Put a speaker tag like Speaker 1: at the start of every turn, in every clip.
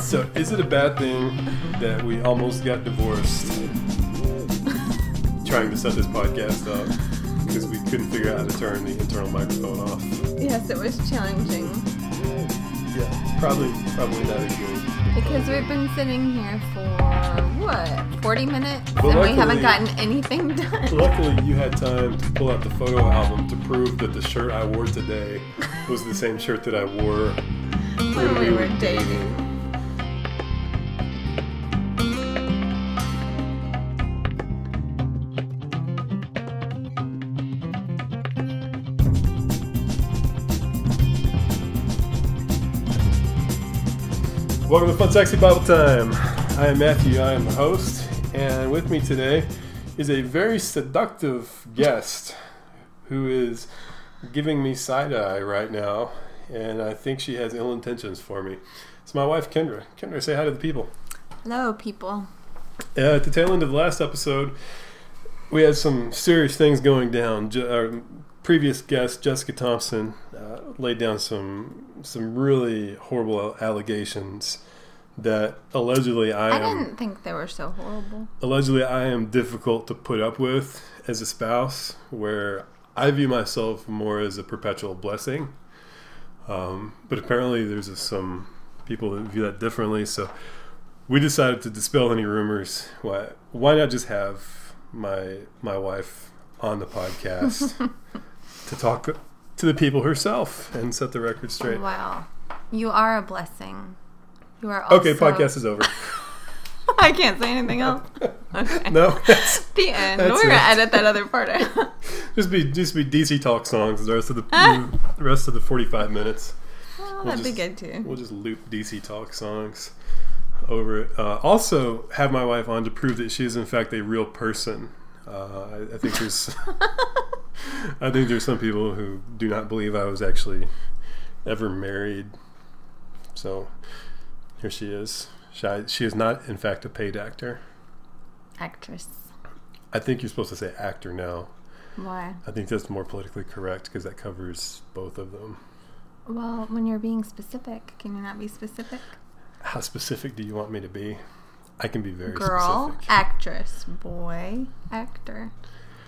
Speaker 1: So, is it a bad thing that we almost got divorced trying to set this podcast up because we couldn't figure out how to turn the internal microphone off?
Speaker 2: Yes, it was challenging
Speaker 1: Yeah, probably, probably not a good.
Speaker 2: because we've been sitting here for what 40 minutes
Speaker 1: But
Speaker 2: and
Speaker 1: luckily-
Speaker 2: we haven't gotten anything done.
Speaker 1: Luckily, you had time to pull out the photo album to prove that the shirt I wore today was the same shirt that I wore
Speaker 2: When we were dating.
Speaker 1: Welcome to Fun Sexy Bible Time. I am Matthew, I am the host, and with me today is a very seductive guest who is giving me side eye right now, and I think she has ill intentions for me. It's my wife, Kendra. Kendra, say hi to the people.
Speaker 2: Hello, people.
Speaker 1: Uh, at the tail end of the last episode, we had some serious things going down. Je- our previous guest, Jessica Thompson, uh, laid down some some really horrible allegations that allegedly I,
Speaker 2: I,
Speaker 1: am
Speaker 2: didn't think they were so horrible.
Speaker 1: allegedly I am difficult to put up with as a spouse, where I view myself more as a perpetual blessing. Um, but apparently, there's just some people that view that differently. So we decided to dispel any rumors. Why? Why not just have my my wife on the podcast to talk to the people herself and set the record straight?
Speaker 2: Wow. You are a blessing. You are also...
Speaker 1: Okay, podcast is over.
Speaker 2: I can't say anything else. Okay.
Speaker 1: No,
Speaker 2: The end.
Speaker 1: That's
Speaker 2: we're going
Speaker 1: it.
Speaker 2: to edit that other part out.
Speaker 1: just be just be DC talk songs the rest of the, the rest of the forty five minutes.
Speaker 2: well,
Speaker 1: We'll
Speaker 2: that'd be
Speaker 1: just-
Speaker 2: good, too.
Speaker 1: We'll just loop DC Talk songs over it. Uh, also, have my wife on to prove that she is in fact a real person. Uh, I, I think there's, I think there's some people who do not believe I was actually ever married. So here she is. She, she is not in fact a paid actor.
Speaker 2: Actress.
Speaker 1: I think you're supposed to say actor now.
Speaker 2: Why?
Speaker 1: I think that's more politically correct because that covers both of them.
Speaker 2: Well, when you're being specific, can you not be specific?
Speaker 1: How specific do you want me to be? I can be very
Speaker 2: Girl,
Speaker 1: specific.
Speaker 2: actress, boy, actor.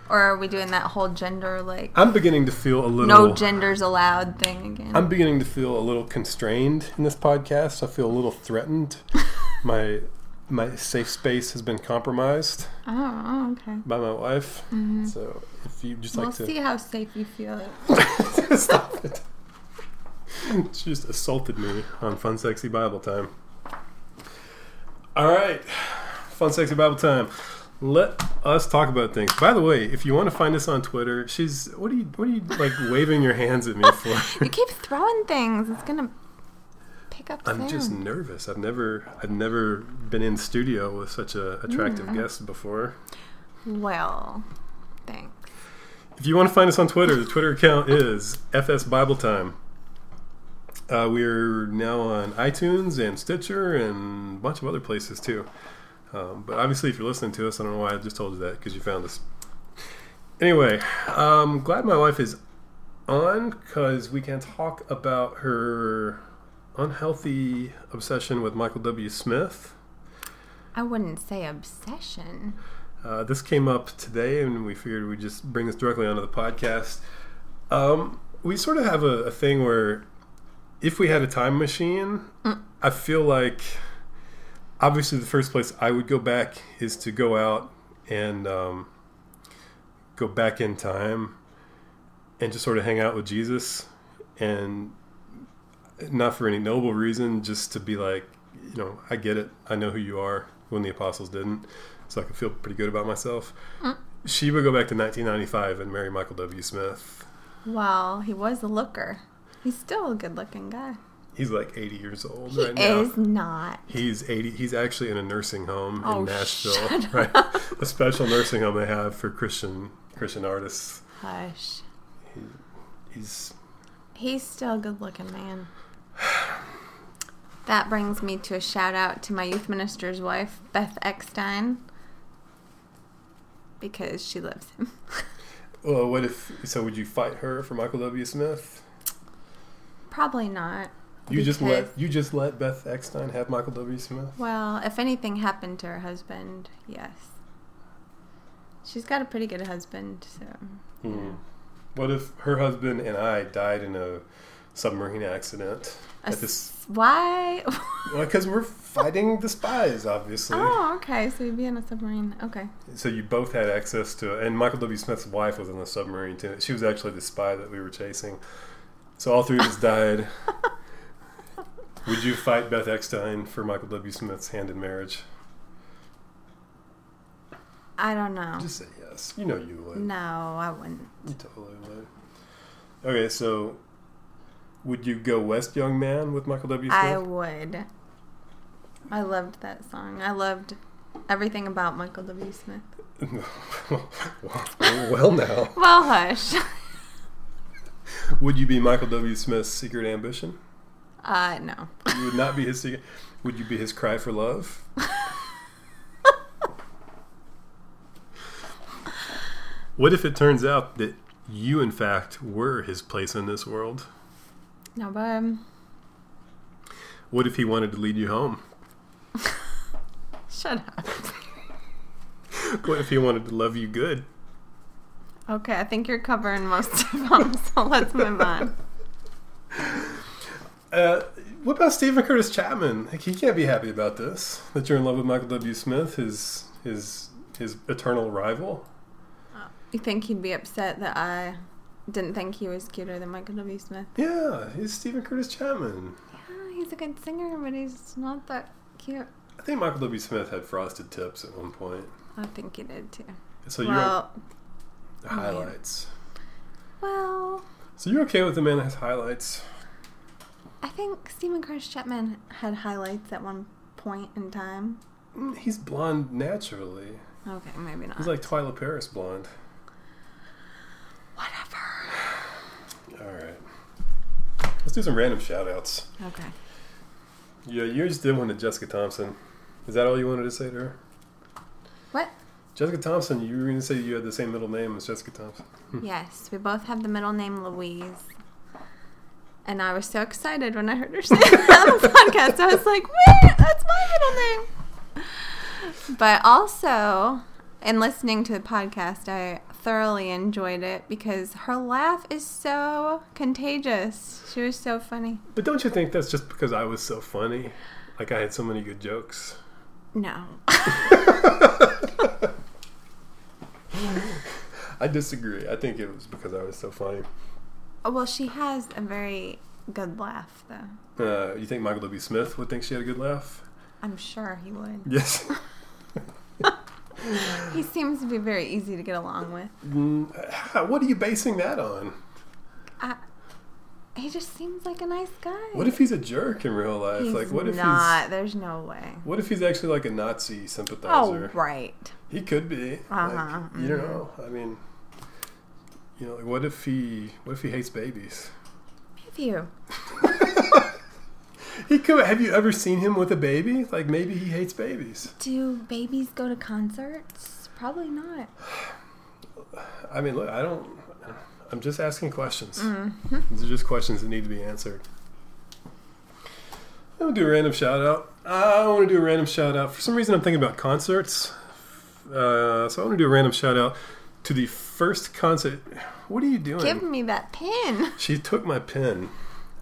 Speaker 2: Or are we doing that whole gender, like,
Speaker 1: I'm beginning to feel a little.
Speaker 2: no genders allowed thing again?
Speaker 1: I'm beginning to feel a little constrained in this podcast. I feel a little threatened. my my safe space has been compromised
Speaker 2: oh, okay.
Speaker 1: by my wife. So if you just
Speaker 2: Mm-hmm. We'll
Speaker 1: like
Speaker 2: see how safe you feel.
Speaker 1: to stop it, she just assaulted me on Fun Sexy Bible Time. All right, Fun Sexy Bible Time. Let us talk about things. By the way, if you want to find us on Twitter, she's what are you what are you like waving your hands at me for?
Speaker 2: You keep throwing things. It's gonna pick up
Speaker 1: I'm
Speaker 2: sound.
Speaker 1: just nervous. I've never I've never been in studio with such a attractive guest before.
Speaker 2: Well, thanks.
Speaker 1: If you want to find us on Twitter, the Twitter account is FS Bible Time. Uh, we're now on iTunes and Stitcher and a bunch of other places too. Um, but obviously, if you're listening to us, I don't know why I just told you that because you found us. Anyway, um, glad my wife is on because we can talk about her unhealthy obsession with Michael W. Smith.
Speaker 2: I wouldn't say obsession.
Speaker 1: Uh, this came up today, and we figured we'd just bring this directly onto the podcast. Um, we sort of have a, a thing where if we had a time machine, I feel like obviously the first place I would go back is to go out and um, go back in time and just sort of hang out with Jesus and not for any noble reason, just to be like, you know, I get it. I know who you are when the apostles didn't. So I could feel pretty good about myself.
Speaker 2: Mm.
Speaker 1: She would go back to 1995 and marry Michael W. Smith.
Speaker 2: Well, he was a looker. He's still a good-looking guy.
Speaker 1: He's like 80 years old
Speaker 2: He
Speaker 1: right now.
Speaker 2: is not.
Speaker 1: He's 80. He's actually in a nursing home
Speaker 2: Oh,
Speaker 1: in Nashville,
Speaker 2: shut
Speaker 1: right? A special nursing home they have for Christian Christian artists.
Speaker 2: Hush.
Speaker 1: He's
Speaker 2: He's still a good-looking man. That brings me to a shout out to my youth minister's wife, Beth Eckstein, because she loves him.
Speaker 1: well. What if? So would you fight her for Michael W. Smith?
Speaker 2: Probably not.
Speaker 1: You just let
Speaker 2: Because-
Speaker 1: you just let Beth Eckstein have Michael W. Smith.
Speaker 2: Well, if anything happened to her husband, yes. She's got a pretty good husband, so.
Speaker 1: Hmm. What if her husband and I died in a submarine accident?
Speaker 2: A
Speaker 1: At this,
Speaker 2: s- Why?
Speaker 1: because we're fighting the spies, obviously.
Speaker 2: oh, okay. So you'd be on a submarine. Okay.
Speaker 1: So you both had access to, and Michael W. Smith's wife was on the submarine too. She was actually the spy that we were chasing. So all three of us died. Would you fight Beth Eckstein for Michael W. Smith's hand in marriage?
Speaker 2: I don't know.
Speaker 1: Just say yes. You know you would.
Speaker 2: Oh. no, I wouldn't.
Speaker 1: You totally would. Okay, so would you go West Young Man with Michael W. Smith?
Speaker 2: I would. I loved that song. I loved everything about Michael W. Smith.
Speaker 1: well, now,
Speaker 2: Well, hush.
Speaker 1: would you be Michael W. Smith's secret ambition?
Speaker 2: Uh, no.
Speaker 1: You would not be his secret. Would you be his cry for love? what if it turns out that you, in fact, were his place in this world?
Speaker 2: No, but um,
Speaker 1: What if he wanted to lead you home?
Speaker 2: shut up.
Speaker 1: What if he wanted to love you good?
Speaker 2: Okay, I think you're covering most of them, so let's move on.
Speaker 1: Uh, what about Stephen Curtis Chapman? Like, he can't be happy about this. That you're in love with Michael W. Smith, his his his eternal rival.
Speaker 2: You think he'd be upset that I didn't think he was cuter than Michael W. Smith?
Speaker 1: Yeah, he's Stephen Curtis Chapman.
Speaker 2: Yeah, he's a good singer, but he's not that cute.
Speaker 1: I think Michael W. Smith had frosted tips at one point.
Speaker 2: I think he did too.
Speaker 1: So you're
Speaker 2: well,
Speaker 1: the highlights.
Speaker 2: well,
Speaker 1: So you're okay with the man that has highlights?
Speaker 2: I think Stephen Curtis Chapman had highlights at one point in time.
Speaker 1: Mm, He's blonde naturally.
Speaker 2: Okay, maybe not.
Speaker 1: He's like Twyla Paris blonde.
Speaker 2: Whatever.
Speaker 1: All right. Let's do some random shout outs.
Speaker 2: Okay.
Speaker 1: Yeah, you just did one to Jessica Thompson. Is that all you wanted to say to her?
Speaker 2: What?
Speaker 1: Jessica Thompson, you were going to say you had the same middle name as Jessica Thompson.
Speaker 2: yes, we both have the middle name Louise. And I was so excited when I heard her say that on the podcast. I was like, wait, that's my middle name. But also, in listening to the podcast, I thoroughly enjoyed it because her laugh is so contagious. She was so funny.
Speaker 1: But don't you think that's just because I was so funny? Like I had so many good jokes.
Speaker 2: No.
Speaker 1: I disagree. I think it was because I was so funny.
Speaker 2: well, she has a very good laugh, though.
Speaker 1: Uh, you think Michael W. Smith would think she had a good laugh?
Speaker 2: I'm sure he would.
Speaker 1: Yes.
Speaker 2: He seems to be very easy to get along with.
Speaker 1: Mm, what are you basing that on?
Speaker 2: I, he just seems like a nice guy.
Speaker 1: What if he's a jerk in real life?
Speaker 2: he's
Speaker 1: like, what if
Speaker 2: not? There's no way.
Speaker 1: he's what if he's actually like a Nazi
Speaker 2: Oh
Speaker 1: sympathizer?
Speaker 2: right.
Speaker 1: He could be.
Speaker 2: Uh-huh,
Speaker 1: Like, you don't know. I mean, you know, like, what if he what if he hates babies?
Speaker 2: Have you?
Speaker 1: He could. Have you ever seen him with a baby? Like maybe he hates babies.
Speaker 2: Do babies go to concerts? Probably not.
Speaker 1: I mean, look, I don't. I'm just asking questions.
Speaker 2: Mm-hmm.
Speaker 1: These are just questions that need to be answered. I'm gonna do a random shout out. I want to do a random shout out. For some reason, I'm thinking about concerts. Uh, so I want to do a random shout out to the first concert. What are you doing?
Speaker 2: Give me that pin.
Speaker 1: she took my pen.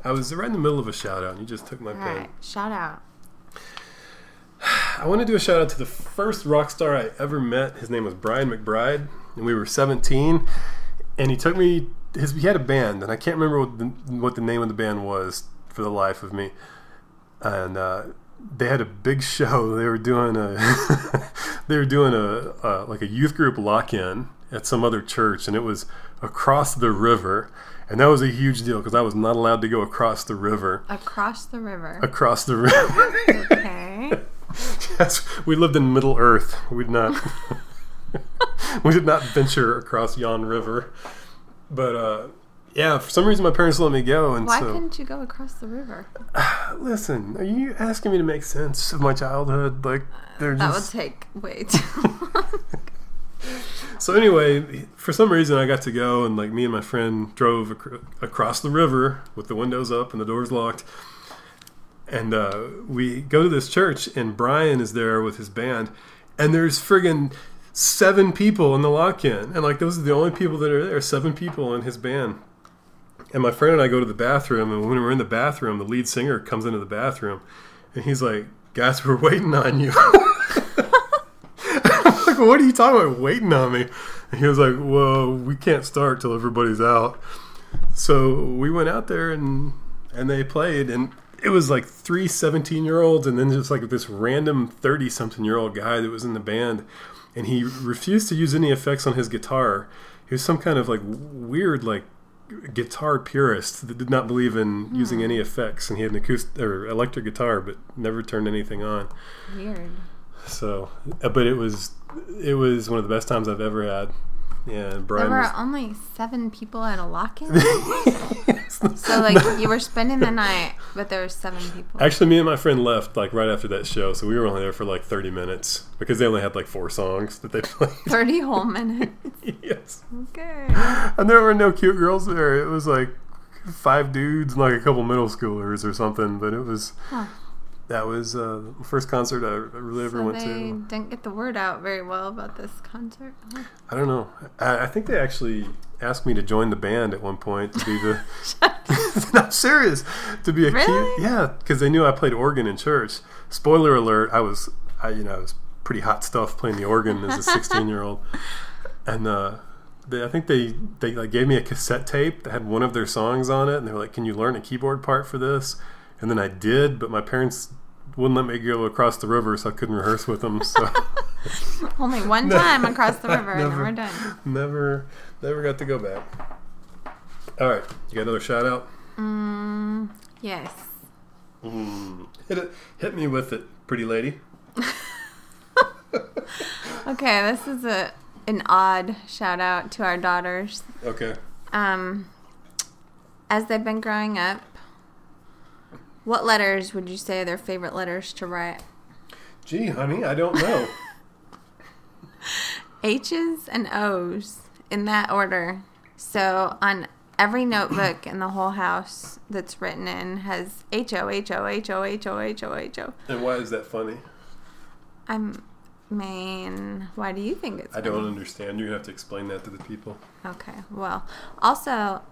Speaker 1: I was right in the middle of a shout out, and you just took my
Speaker 2: All
Speaker 1: pen.
Speaker 2: right. Shout out.
Speaker 1: I want to do a shout out to the first rock star I ever met. His name was Brian McBride, and we were 17. And he took me. His, he had a band, and I can't remember what the, what the name of the band was for the life of me. And uh, they had a big show. They were doing a they were doing a uh, like a youth group lock in at some other church, and it was across the river. And that was a huge deal because I was not allowed to go across the river.
Speaker 2: Across the river.
Speaker 1: Across the river.
Speaker 2: Okay.
Speaker 1: Yes, we lived in Middle Earth. We did not. we did not venture across yon river, but uh, yeah, for some reason my parents let me go, and
Speaker 2: Why
Speaker 1: so uh,
Speaker 2: couldn't you go across the river?
Speaker 1: listen. Are you asking me to make sense of my childhood? Like they're
Speaker 2: That would
Speaker 1: just
Speaker 2: take way too long.
Speaker 1: so. Anyway, for some reason I got to go, and like me and my friend drove acro- across the river with the windows up and the doors locked. And uh, we go to this church, and Brian is there with his band, and there's friggin' seven people in the lock-in, and like those are the only people that are there. Seven people in his band. And my friend and I go to the bathroom, and when we're in the bathroom, the lead singer comes into the bathroom, and he's like, "Guys, we're waiting on you." I'm like, what are you talking about? Waiting on me? And he was like, "Well, we can't start till everybody's out." So we went out there and and they played, and it was like three 17 year olds, and then just like this random 30 something year old guy that was in the band, and he refused to use any effects on his guitar. He was some kind of like weird like guitar purist that did not believe in using any effects, and he had an acoustic or electric guitar, but never turned anything on.
Speaker 2: Weird.
Speaker 1: So, uh, but it was it was one of the best times I've ever had. Yeah, and
Speaker 2: There
Speaker 1: Brian
Speaker 2: were
Speaker 1: was
Speaker 2: only seven people at a lock-in. so like you were spending the night, but there were seven people.
Speaker 1: actually me and my friend left like right after that show, so we were only there for like thirty minutes because they only had like four songs that they played.
Speaker 2: Thirty whole minutes.
Speaker 1: yes,
Speaker 2: Okay.
Speaker 1: and there were no cute girls there. It was like five dudes and like a couple middle schoolers or something. But it was
Speaker 2: Huh.
Speaker 1: that was uh, the first concert I really ever
Speaker 2: So
Speaker 1: went
Speaker 2: they
Speaker 1: to.
Speaker 2: didn't get the word out very well about this concert. Huh.
Speaker 1: I don't know. I, I think they actually asked me to join the band at one point to be the. no, I'm serious. To be a
Speaker 2: Really?
Speaker 1: key, yeah, because they knew I played organ in church. Spoiler alert: I was, I you know, I was pretty hot stuff playing the organ as a 16 year old, and uh, they, I think they they like gave me a cassette tape that had one of their songs on it, and they were like, "Can you learn a keyboard part for this?" And then I did, but my parents wouldn't let me go across the river, so I couldn't rehearse with them. So.
Speaker 2: Only one time across the river, and then
Speaker 1: Never.
Speaker 2: we're done.
Speaker 1: Never, never got to go back. All right, you got another shout out?
Speaker 2: Mm, yes.
Speaker 1: Hit it, hit me with it, pretty lady.
Speaker 2: Okay, this is a an odd shout out to our daughters.
Speaker 1: Okay.
Speaker 2: Um, as they've been growing up, what letters would you say are their favorite letters to write?
Speaker 1: Gee, honey, I don't know.
Speaker 2: H's and O's in that order. So on every notebook in the whole house that's written in has H O H O H O H O H O H O.
Speaker 1: and why is that funny?
Speaker 2: I'm mean, why do you think it's
Speaker 1: I don't understand. You're gonna have to explain that to the people.
Speaker 2: Okay. Well, also,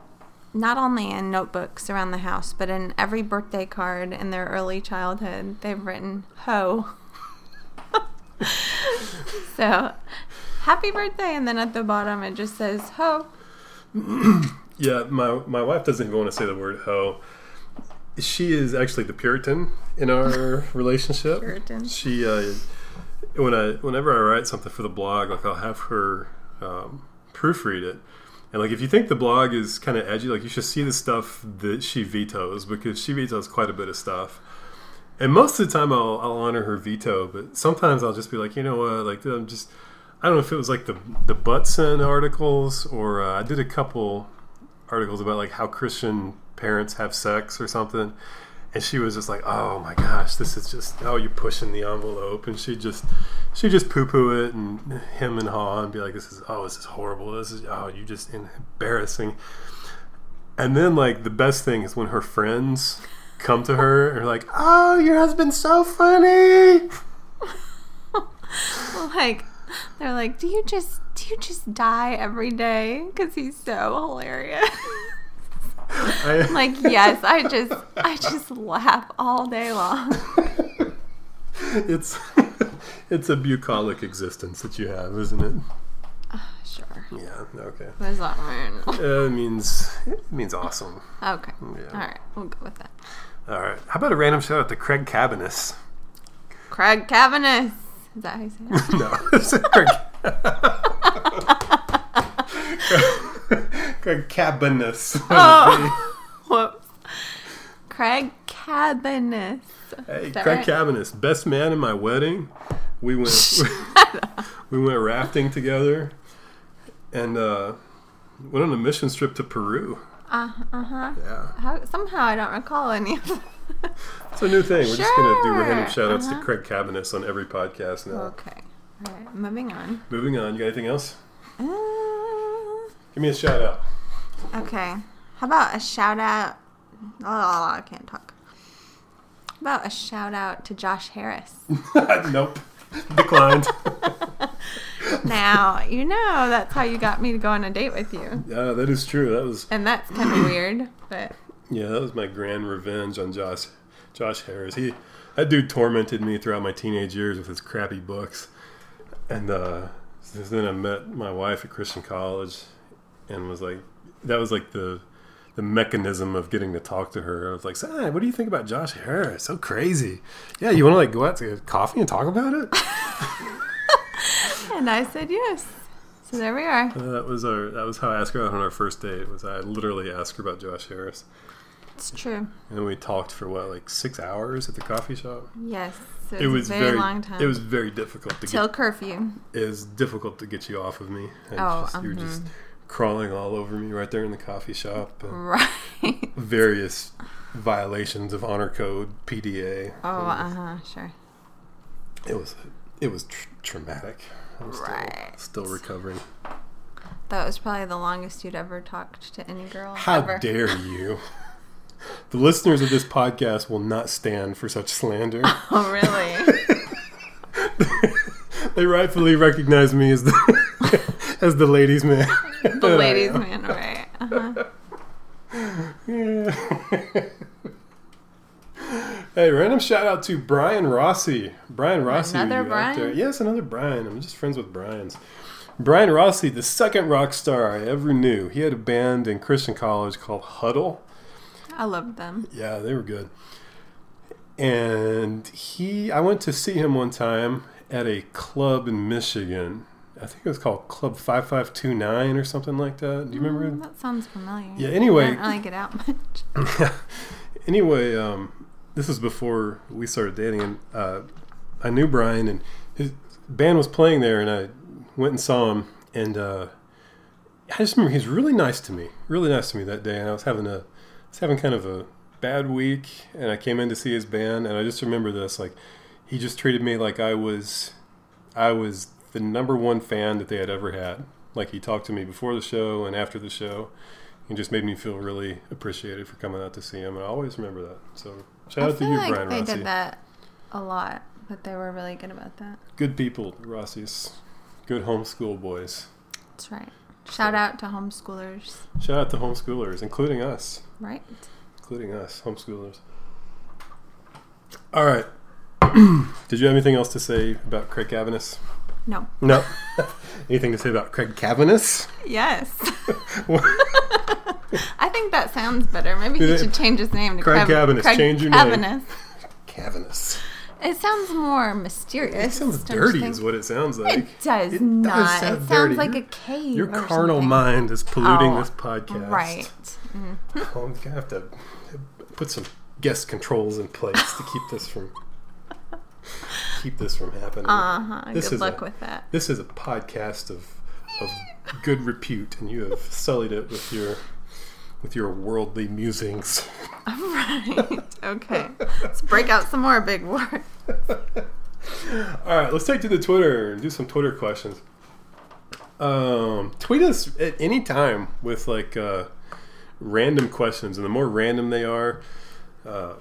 Speaker 2: not only in notebooks around the house, but in every birthday card in their early childhood, they've written "Ho." so, happy birthday, and then at the bottom it just says "Ho."
Speaker 1: Yeah, my my wife doesn't even want to say the word hoe. She is actually the Puritan in our relationship.
Speaker 2: Puritan.
Speaker 1: She uh, when I whenever I write something for the blog, like I'll have her um, proofread it. And like if you think the blog is kind of edgy, like you should see the stuff that she vetoes because she vetoes quite a bit of stuff. And most of the time, I'll, I'll honor her veto, but sometimes I'll just be like, you know what, like I'm just, I don't know if it was like the the Butson articles or uh, I did a couple articles about like how Christian parents have sex or something, and she was just like, oh my gosh, this is just oh you're pushing the envelope, and she just she just poo poo it and him and haw and be like, this is oh this is horrible, this is oh you just embarrassing. And then like the best thing is when her friends come to her and are like, "Oh, your husband's so funny."
Speaker 2: Like, they're like, "Do you just do you just die every day because he's so hilarious?"
Speaker 1: I,
Speaker 2: like, yes, I just I just laugh all day long.
Speaker 1: it's it's a bucolic existence that you have, isn't it?
Speaker 2: Sure.
Speaker 1: Yeah. Okay.
Speaker 2: What does that mean?
Speaker 1: Uh, it means it means awesome.
Speaker 2: Okay.
Speaker 1: Yeah.
Speaker 2: All right, we'll go with that.
Speaker 1: All right. How about a random shout out to Craig Cabanis?
Speaker 2: Craig Cavanis. Is that how you say it?
Speaker 1: No, it's Craig. Craig Cabanis.
Speaker 2: Oh. Whoops. Craig Cabanis.
Speaker 1: Hey,
Speaker 2: that
Speaker 1: Craig
Speaker 2: right?
Speaker 1: Cabanis, best man in my wedding. We went we went rafting together and uh, went on a mission trip to Peru.
Speaker 2: Uh huh.
Speaker 1: Yeah.
Speaker 2: How, somehow I don't recall any of them.
Speaker 1: It's a new thing. We're just gonna do
Speaker 2: Sure.
Speaker 1: random shout outs
Speaker 2: Uh-huh.
Speaker 1: to Craig Cabanis on every podcast now.
Speaker 2: Okay. All right, moving on.
Speaker 1: Moving on, you got anything else?
Speaker 2: Uh,
Speaker 1: Give me a shout out.
Speaker 2: okay. How about a shout out? Oh, I can't talk. about a shout out to Josh Harris?
Speaker 1: nope. Declined.
Speaker 2: now, you know that's how you got me to go on a date with you.
Speaker 1: yeah, that is true. That was
Speaker 2: And that's kind of weird, but
Speaker 1: yeah, that was my grand revenge on Josh Josh Harris. He that dude tormented me throughout my teenage years with his crappy books. And uh since then I met my wife at Christian college and was like that was like the the mechanism of getting to talk to her. I was like, Sai, what do you think about Josh Harris? So crazy. Yeah, you wanna like go out to get coffee and talk about it?
Speaker 2: and I said yes. So there we are.
Speaker 1: Uh, That was our. That was how I asked her out on our first date. Was I literally asked her about Josh Harris,
Speaker 2: It's true.
Speaker 1: and we talked for what like six hours at the coffee shop.
Speaker 2: Yes. So
Speaker 1: It was
Speaker 2: a very, long time.
Speaker 1: It was very difficult to
Speaker 2: till
Speaker 1: get.
Speaker 2: curfew.
Speaker 1: It was difficult to get you off of me. And
Speaker 2: Oh,
Speaker 1: just, you were just crawling all over me right there in the coffee shop.
Speaker 2: Mm.
Speaker 1: And
Speaker 2: Right.
Speaker 1: various violations of honor code, PDA.
Speaker 2: Oh, uh huh, sure.
Speaker 1: It was. It was tr- traumatic. I'm still,
Speaker 2: Right.
Speaker 1: still recovering.
Speaker 2: That was probably the longest you'd ever talked to any girl.
Speaker 1: How
Speaker 2: ever.
Speaker 1: dare you? The listeners of this podcast will not stand for such slander.
Speaker 2: Oh, really?
Speaker 1: they rightfully recognize me as the as the ladies' man.
Speaker 2: the ladies' man, right? Uh-huh.
Speaker 1: Yeah. hey, random shout out to Brian Rossi. Brian Rossi,
Speaker 2: Another
Speaker 1: you out
Speaker 2: Brian?
Speaker 1: there. Yes, another Brian. I'm just friends with Brian's. Brian Rossi, the second rock star I ever knew. He had a band in Christian college called Huddle.
Speaker 2: I loved them.
Speaker 1: Yeah, they were good. And he, I went to see him one time at a club in Michigan. I think it was called Club 5529 or something like that. Do you remember?
Speaker 2: Mm, that sounds familiar.
Speaker 1: Yeah, anyway.
Speaker 2: I don't really get out much.
Speaker 1: anyway, um, this is before we started dating, and uh, I knew Brian, and his band was playing there, and I went and saw him, and uh, I just remember he was really nice to me, really nice to me that day, and I was having a, I was having kind of a bad week, and I came in to see his band, and I just remember this, like, he just treated me like I was, I was the number one fan that they had ever had. Like he talked to me before the show and after the show, and just made me feel really appreciated for coming out to see him. And I always remember that. So shout
Speaker 2: I
Speaker 1: out to
Speaker 2: feel
Speaker 1: you,
Speaker 2: like
Speaker 1: Brian
Speaker 2: they
Speaker 1: Rossi.
Speaker 2: did that a lot, but they were really good about that.
Speaker 1: Good people, Rossi's. Good homeschool boys.
Speaker 2: That's right. Shout out to homeschoolers,
Speaker 1: Shout out to homeschoolers, including us,
Speaker 2: right?
Speaker 1: including us, homeschoolers. All right. did you have anything else to say about Craig Cavanis?
Speaker 2: No.
Speaker 1: No. anything to say about Craig Cavanis?
Speaker 2: Yes. I think that sounds better. Maybe
Speaker 1: Is
Speaker 2: he
Speaker 1: it-
Speaker 2: should change his name to
Speaker 1: Craig
Speaker 2: Kev-
Speaker 1: Cavanis. Change your name.
Speaker 2: Cavanis.
Speaker 1: Cavanis.
Speaker 2: It sounds more mysterious.
Speaker 1: It sounds
Speaker 2: don't you
Speaker 1: dirty,
Speaker 2: think?
Speaker 1: is what it sounds like.
Speaker 2: It does
Speaker 1: It does
Speaker 2: not.
Speaker 1: sound
Speaker 2: it sounds
Speaker 1: dirty.
Speaker 2: like a
Speaker 1: Your-
Speaker 2: cave.
Speaker 1: Your
Speaker 2: or
Speaker 1: carnal
Speaker 2: something.
Speaker 1: mind is polluting
Speaker 2: Oh,
Speaker 1: this podcast.
Speaker 2: Right. Mm.
Speaker 1: Well, I'm gonna have to put some guest controls in place to keep this from keep this from happening.
Speaker 2: Uh huh.
Speaker 1: This
Speaker 2: Good
Speaker 1: is
Speaker 2: luck
Speaker 1: a-
Speaker 2: with that.
Speaker 1: This is a podcast of of good repute, and you have sullied it with your with your worldly musings.
Speaker 2: All right. Okay. Let's break out some more big words.
Speaker 1: All right, let's take to the Twitter and do some Twitter questions. Um, tweet us at any time with like uh, random questions, and the more random they are, uh,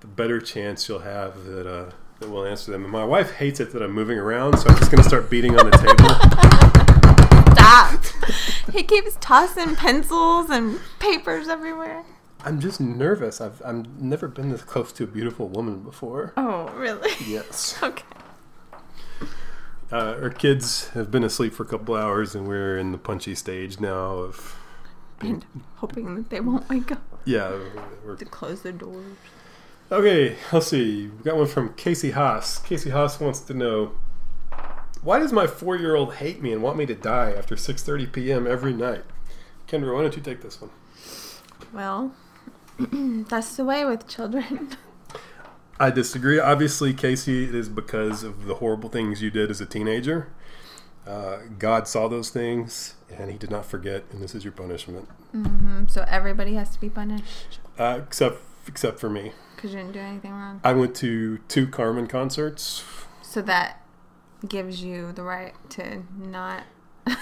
Speaker 1: the better chance you'll have that uh, that we'll answer them. And my wife hates it that I'm moving around, so I'm just gonna start beating on the table.
Speaker 2: Stop. he keeps tossing pencils and papers everywhere.
Speaker 1: I'm just nervous. I've I've never been this close to a beautiful woman before.
Speaker 2: Oh, really?
Speaker 1: Yes.
Speaker 2: Okay.
Speaker 1: Uh, our kids have been asleep for a couple hours, and we're in the punchy stage now of
Speaker 2: And hoping that they won't wake up
Speaker 1: yeah. We're
Speaker 2: to close the doors.
Speaker 1: Okay, let's see. We got one from Casey Haas. Casey Haas wants to know why does my four-year-old hate me and want me to die after 6:30 p.m. every night? Kendra, why don't you take this one?
Speaker 2: Well, that's the way with children.
Speaker 1: I disagree. Obviously, Casey, it is because of the horrible things you did as a teenager. Uh, God saw those things, and He did not forget. And this is your punishment,
Speaker 2: hmm So everybody has to be punished
Speaker 1: uh, except except for me.
Speaker 2: because you didn't do anything wrong.
Speaker 1: I went to two Carmen concerts.
Speaker 2: So that gives you the right to not.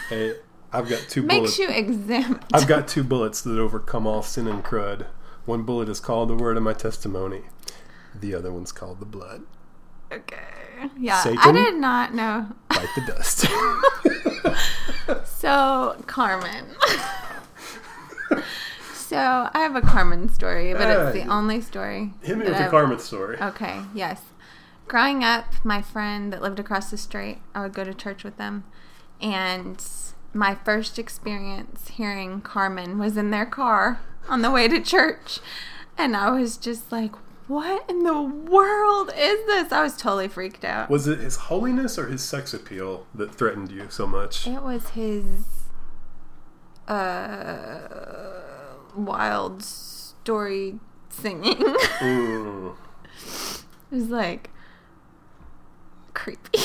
Speaker 1: Hey, I've got two bullets.
Speaker 2: Makes you exempt.
Speaker 1: I've got two bullets that overcome all sin and crud. One bullet is called the word of my testimony. The other one's called The Blood.
Speaker 2: Okay. Yeah, I
Speaker 1: Satan?
Speaker 2: did not know.
Speaker 1: Bite the dust.
Speaker 2: So, Carmen. so, I have a Carmen story, but it's the
Speaker 1: Hey.
Speaker 2: only story.
Speaker 1: Hit me
Speaker 2: that
Speaker 1: with
Speaker 2: I've-
Speaker 1: the Carmen story.
Speaker 2: Okay, yes. Growing up, my friend that lived across the street, I would go to church with them. And my first experience hearing Carmen was in their car on the way to church. And I was just like, what in the world is this? I was totally freaked out.
Speaker 1: Was it his holiness or his sex appeal that threatened you so much?
Speaker 2: It was his uh, wild story singing. it
Speaker 1: Mm.
Speaker 2: was like creepy.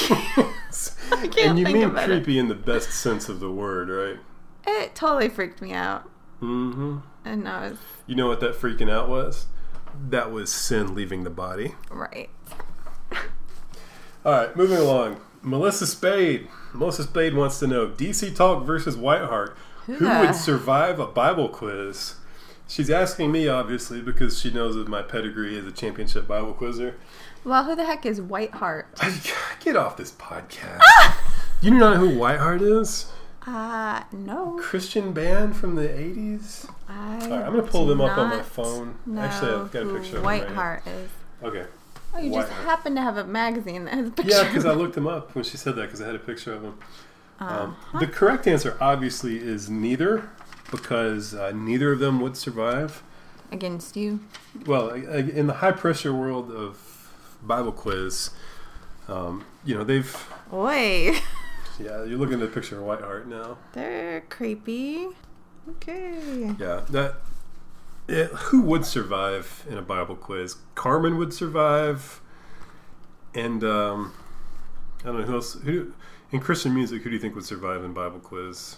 Speaker 1: and you
Speaker 2: think
Speaker 1: mean
Speaker 2: about it.
Speaker 1: creepy in the best sense of the word, right?
Speaker 2: it totally freaked me out.
Speaker 1: Mm-hmm.
Speaker 2: And I was
Speaker 1: You know what that freaking out was? That was sin leaving the body.
Speaker 2: right.
Speaker 1: All right, moving along. Melissa Spade. Melissa Spade wants to know DC Talk versus Whiteheart. Who
Speaker 2: Yeah.
Speaker 1: would survive a Bible quiz? She's asking me, obviously, because she knows that my pedigree as a championship Bible quizzer.
Speaker 2: Well, who the heck is Whiteheart?
Speaker 1: Get off this podcast.
Speaker 2: Ah!
Speaker 1: you do not know who Whiteheart is?
Speaker 2: Uh, no.
Speaker 1: Christian band from the 80s?
Speaker 2: I
Speaker 1: All right, I'm going to pull
Speaker 2: do
Speaker 1: them up on my
Speaker 2: not
Speaker 1: phone.
Speaker 2: know
Speaker 1: Actually, I've got a
Speaker 2: who
Speaker 1: picture of them right now.
Speaker 2: Whiteheart is.
Speaker 1: Okay.
Speaker 2: Oh, you just
Speaker 1: Whiteheart.
Speaker 2: happen to have a magazine that has a picture.
Speaker 1: Yeah, because I looked him up when she said that because I had a picture of him. Um, the correct answer, obviously, is neither, because uh, neither of them would survive.
Speaker 2: against you.
Speaker 1: Well, I- I- in the high pressure world of Bible quiz, um, you know, they've.
Speaker 2: Oi.
Speaker 1: Yeah, you're looking at a picture of Whiteheart now.
Speaker 2: They're creepy. Okay.
Speaker 1: Yeah, that. yeah, who would survive in a Bible quiz? Carmen would survive, and um, I don't know who else. Who in Christian music? Who do you think would survive in Bible quiz?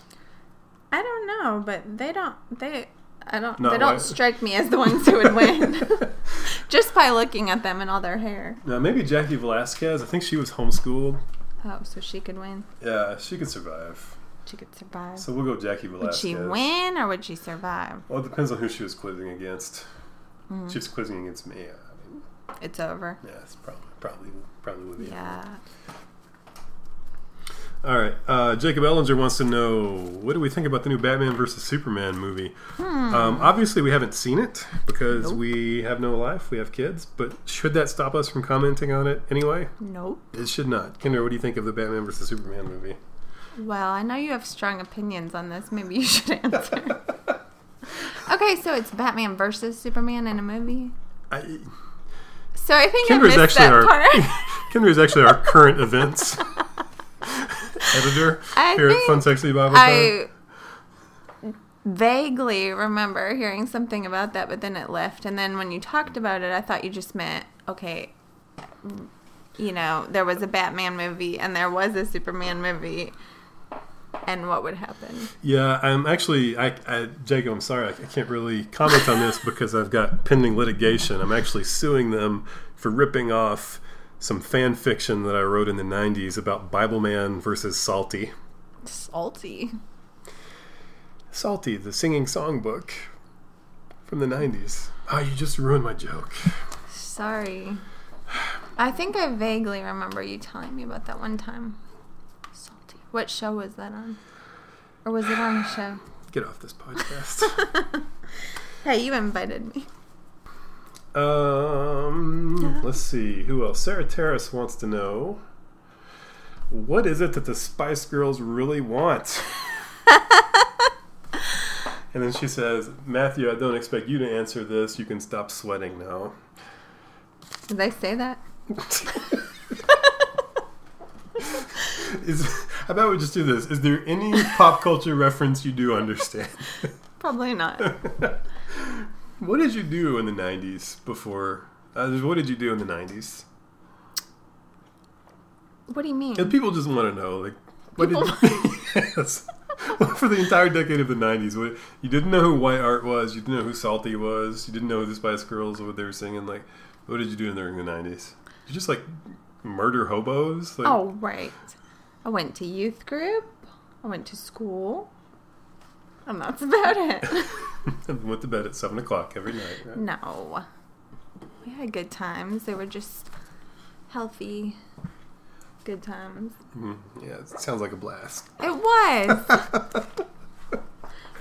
Speaker 2: I don't know, but they don't. They. I don't.
Speaker 1: Not
Speaker 2: they don't
Speaker 1: white.
Speaker 2: strike me as the ones who would win, just by looking at them and all their hair.
Speaker 1: Now maybe Jackie Velasquez. I think she was homeschooled.
Speaker 2: Oh, so she could win.
Speaker 1: Yeah, she could survive.
Speaker 2: She could survive.
Speaker 1: So we'll go Jackie
Speaker 2: would
Speaker 1: Velasquez.
Speaker 2: she win or would she survive?
Speaker 1: Well, it depends on who she was quizzing against.
Speaker 2: Hmm.
Speaker 1: She was quizzing against me. I mean,
Speaker 2: It's over.
Speaker 1: yeah, it's probably probably probably would be.
Speaker 2: Yeah.
Speaker 1: All right. Uh, Jacob Ellinger wants to know what do we think about the new Batman versus Superman movie? Um, obviously, we haven't seen it because
Speaker 2: Hmm. Nope.
Speaker 1: we have no life, we have kids. But should that stop us from commenting on it anyway?
Speaker 2: Nope.
Speaker 1: It should not. Kinder, what do you think of the Batman versus Superman movie?
Speaker 2: Well, I know you have strong opinions on this. Maybe you should answer. okay, so it's Batman versus Superman in a movie.
Speaker 1: I,
Speaker 2: So I think
Speaker 1: Kendra's
Speaker 2: I missed
Speaker 1: actually
Speaker 2: that
Speaker 1: our-
Speaker 2: part.
Speaker 1: Kendra is actually our current events editor
Speaker 2: I
Speaker 1: here
Speaker 2: think
Speaker 1: at Fun Sexy Bible Time.
Speaker 2: I vaguely remember hearing something about that, but then it left. And then when you talked about it, I thought you just meant, okay, you know, there was a Batman movie and there was a Superman movie, and what would happen?
Speaker 1: Yeah, I'm actually, I, I, Jacob, I'm sorry, I, I can't really comment on this because I've got pending litigation. I'm actually suing them for ripping off some fan fiction that I wrote in the 90s about Bible Man versus Salty.
Speaker 2: Salty.
Speaker 1: Salty, the singing songbook from the 90s. Oh, you just ruined my joke.
Speaker 2: Sorry. I think I vaguely remember you telling me about that one time. Salty. What show was that on? Or was it on a show?
Speaker 1: Get off this podcast.
Speaker 2: Hey, you invited me.
Speaker 1: Um, let's see who else. Sarah Terrace wants to know what is it that the Spice Girls really want. and then she says, "Matthew, I don't expect you to answer this. You can stop sweating now."
Speaker 2: Did I say that?
Speaker 1: is, how about we just do this? Is there any pop culture reference you do understand?
Speaker 2: Probably not.
Speaker 1: what did you do in the '90s before? Uh, what did you do in the '90s?
Speaker 2: What do you mean?
Speaker 1: And people just want to know, like, what did yes. for the entire decade of the '90s? What you didn't know who White Art was, you didn't know who Salty was, you didn't know who the Spice Girls what they were singing. Like, what did you do during the '90s? You just like murder hobos? Like,
Speaker 2: Oh, right. I went to youth group. I went to school. And that's about it. Mm.
Speaker 1: went to bed at seven o'clock every night. right?
Speaker 2: no. we had good times. They were just healthy, good times.
Speaker 1: Mhm. Yeah, it sounds like a blast.
Speaker 2: It was.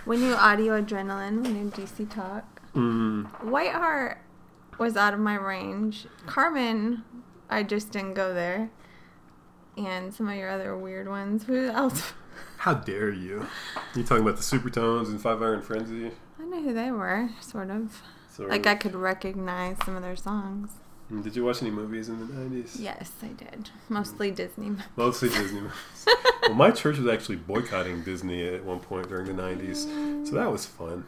Speaker 2: we knew audio adrenaline. We knew DC talk.
Speaker 1: Mm.
Speaker 2: White Heart was out of my range. Carmen, I just didn't go there. And some of your other weird ones. Who else?
Speaker 1: How dare you? You talking about the Supertones and Five Iron Frenzy?
Speaker 2: I knew who they were, sort of.
Speaker 1: Sorry. Mm,
Speaker 2: Like I could recognize some of their songs.
Speaker 1: Did you watch any movies in the nineties?
Speaker 2: Yes, I did. Mostly Disney. movies.
Speaker 1: Mostly Disney movies. well, my church was actually boycotting Disney at one point during the nineties, so that was fun.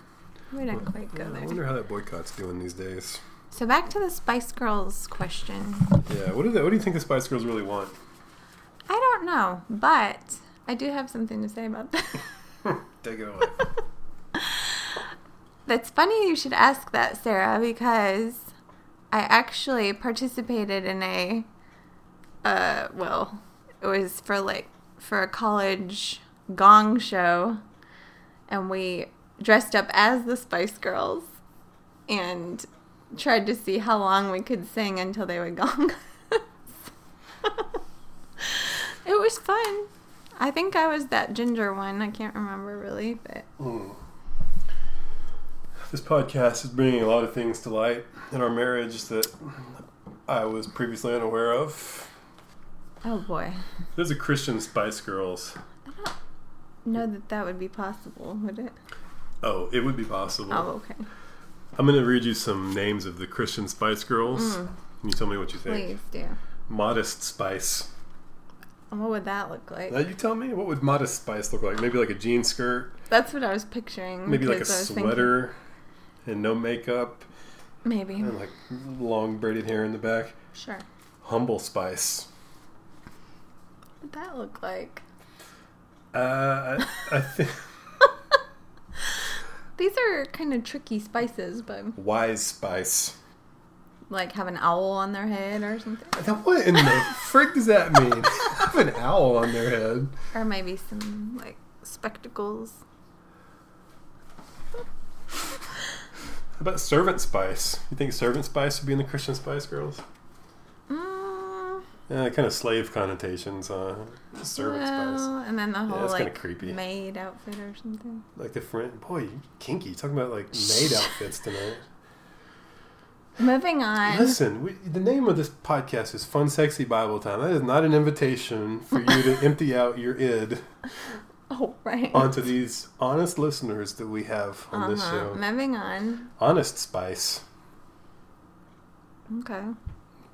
Speaker 2: We didn't quite go
Speaker 1: Yeah, I
Speaker 2: there.
Speaker 1: wonder how that boycott's doing these days.
Speaker 2: So back to the Spice Girls question.
Speaker 1: Yeah, what do they, what do you think the Spice Girls really want?
Speaker 2: I don't know, but I do have something to say about that.
Speaker 1: Take it away.
Speaker 2: That's funny you should ask that, Sarah, because I actually participated in a, uh, well, it was for like for a college gong show, and we dressed up as the Spice Girls, and tried to see how long we could sing until they would gong. us. it was fun. I think I was that ginger one. I can't remember really, but
Speaker 1: Mm. This podcast is bringing a lot of things to light in our marriage that I was previously unaware of.
Speaker 2: oh boy.
Speaker 1: There's a Christian Spice Girls.
Speaker 2: know that that would be possible, would it?
Speaker 1: Oh, it would be possible.
Speaker 2: Oh, okay.
Speaker 1: I'm going to read you some names of the Christian Spice Girls. Can you tell me what you think?
Speaker 2: Hmm. Please do.
Speaker 1: Modest Spice.
Speaker 2: And what would that look
Speaker 1: Now
Speaker 2: like?
Speaker 1: you tell me, what would Modest Spice look like? Maybe like a jean skirt,
Speaker 2: That's what I was picturing.
Speaker 1: maybe like a
Speaker 2: 'cause I was thinking-
Speaker 1: sweater, and no makeup,
Speaker 2: Maybe.
Speaker 1: and like long braided hair in the back.
Speaker 2: Sure.
Speaker 1: Humble Spice.
Speaker 2: What would that look like?
Speaker 1: Uh, I, I think
Speaker 2: These are kind of tricky spices, but
Speaker 1: Wise Spice.
Speaker 2: like have an owl on their head or something.
Speaker 1: Now, What in the frick does that mean? Have an owl on their head.
Speaker 2: Or maybe some like spectacles.
Speaker 1: How about Servant Spice? You think Servant Spice would be in the Christian Spice Girls?
Speaker 2: Mm,
Speaker 1: Yeah, kind of slave connotations, huh? Servant Spice.
Speaker 2: well, And then the
Speaker 1: Yeah,
Speaker 2: whole
Speaker 1: that's kinda
Speaker 2: like
Speaker 1: creepy.
Speaker 2: maid outfit or something.
Speaker 1: Like the friend. Boy, you kinky. You're talking about like maid outfits tonight.
Speaker 2: Moving on.
Speaker 1: Listen, we, the name of this podcast is Fun Sexy Bible Time. That is not an invitation for you to empty out your id
Speaker 2: oh right.
Speaker 1: onto these honest listeners that we have on this show.
Speaker 2: Uh-huh. Moving on.
Speaker 1: Honest Spice.
Speaker 2: Okay.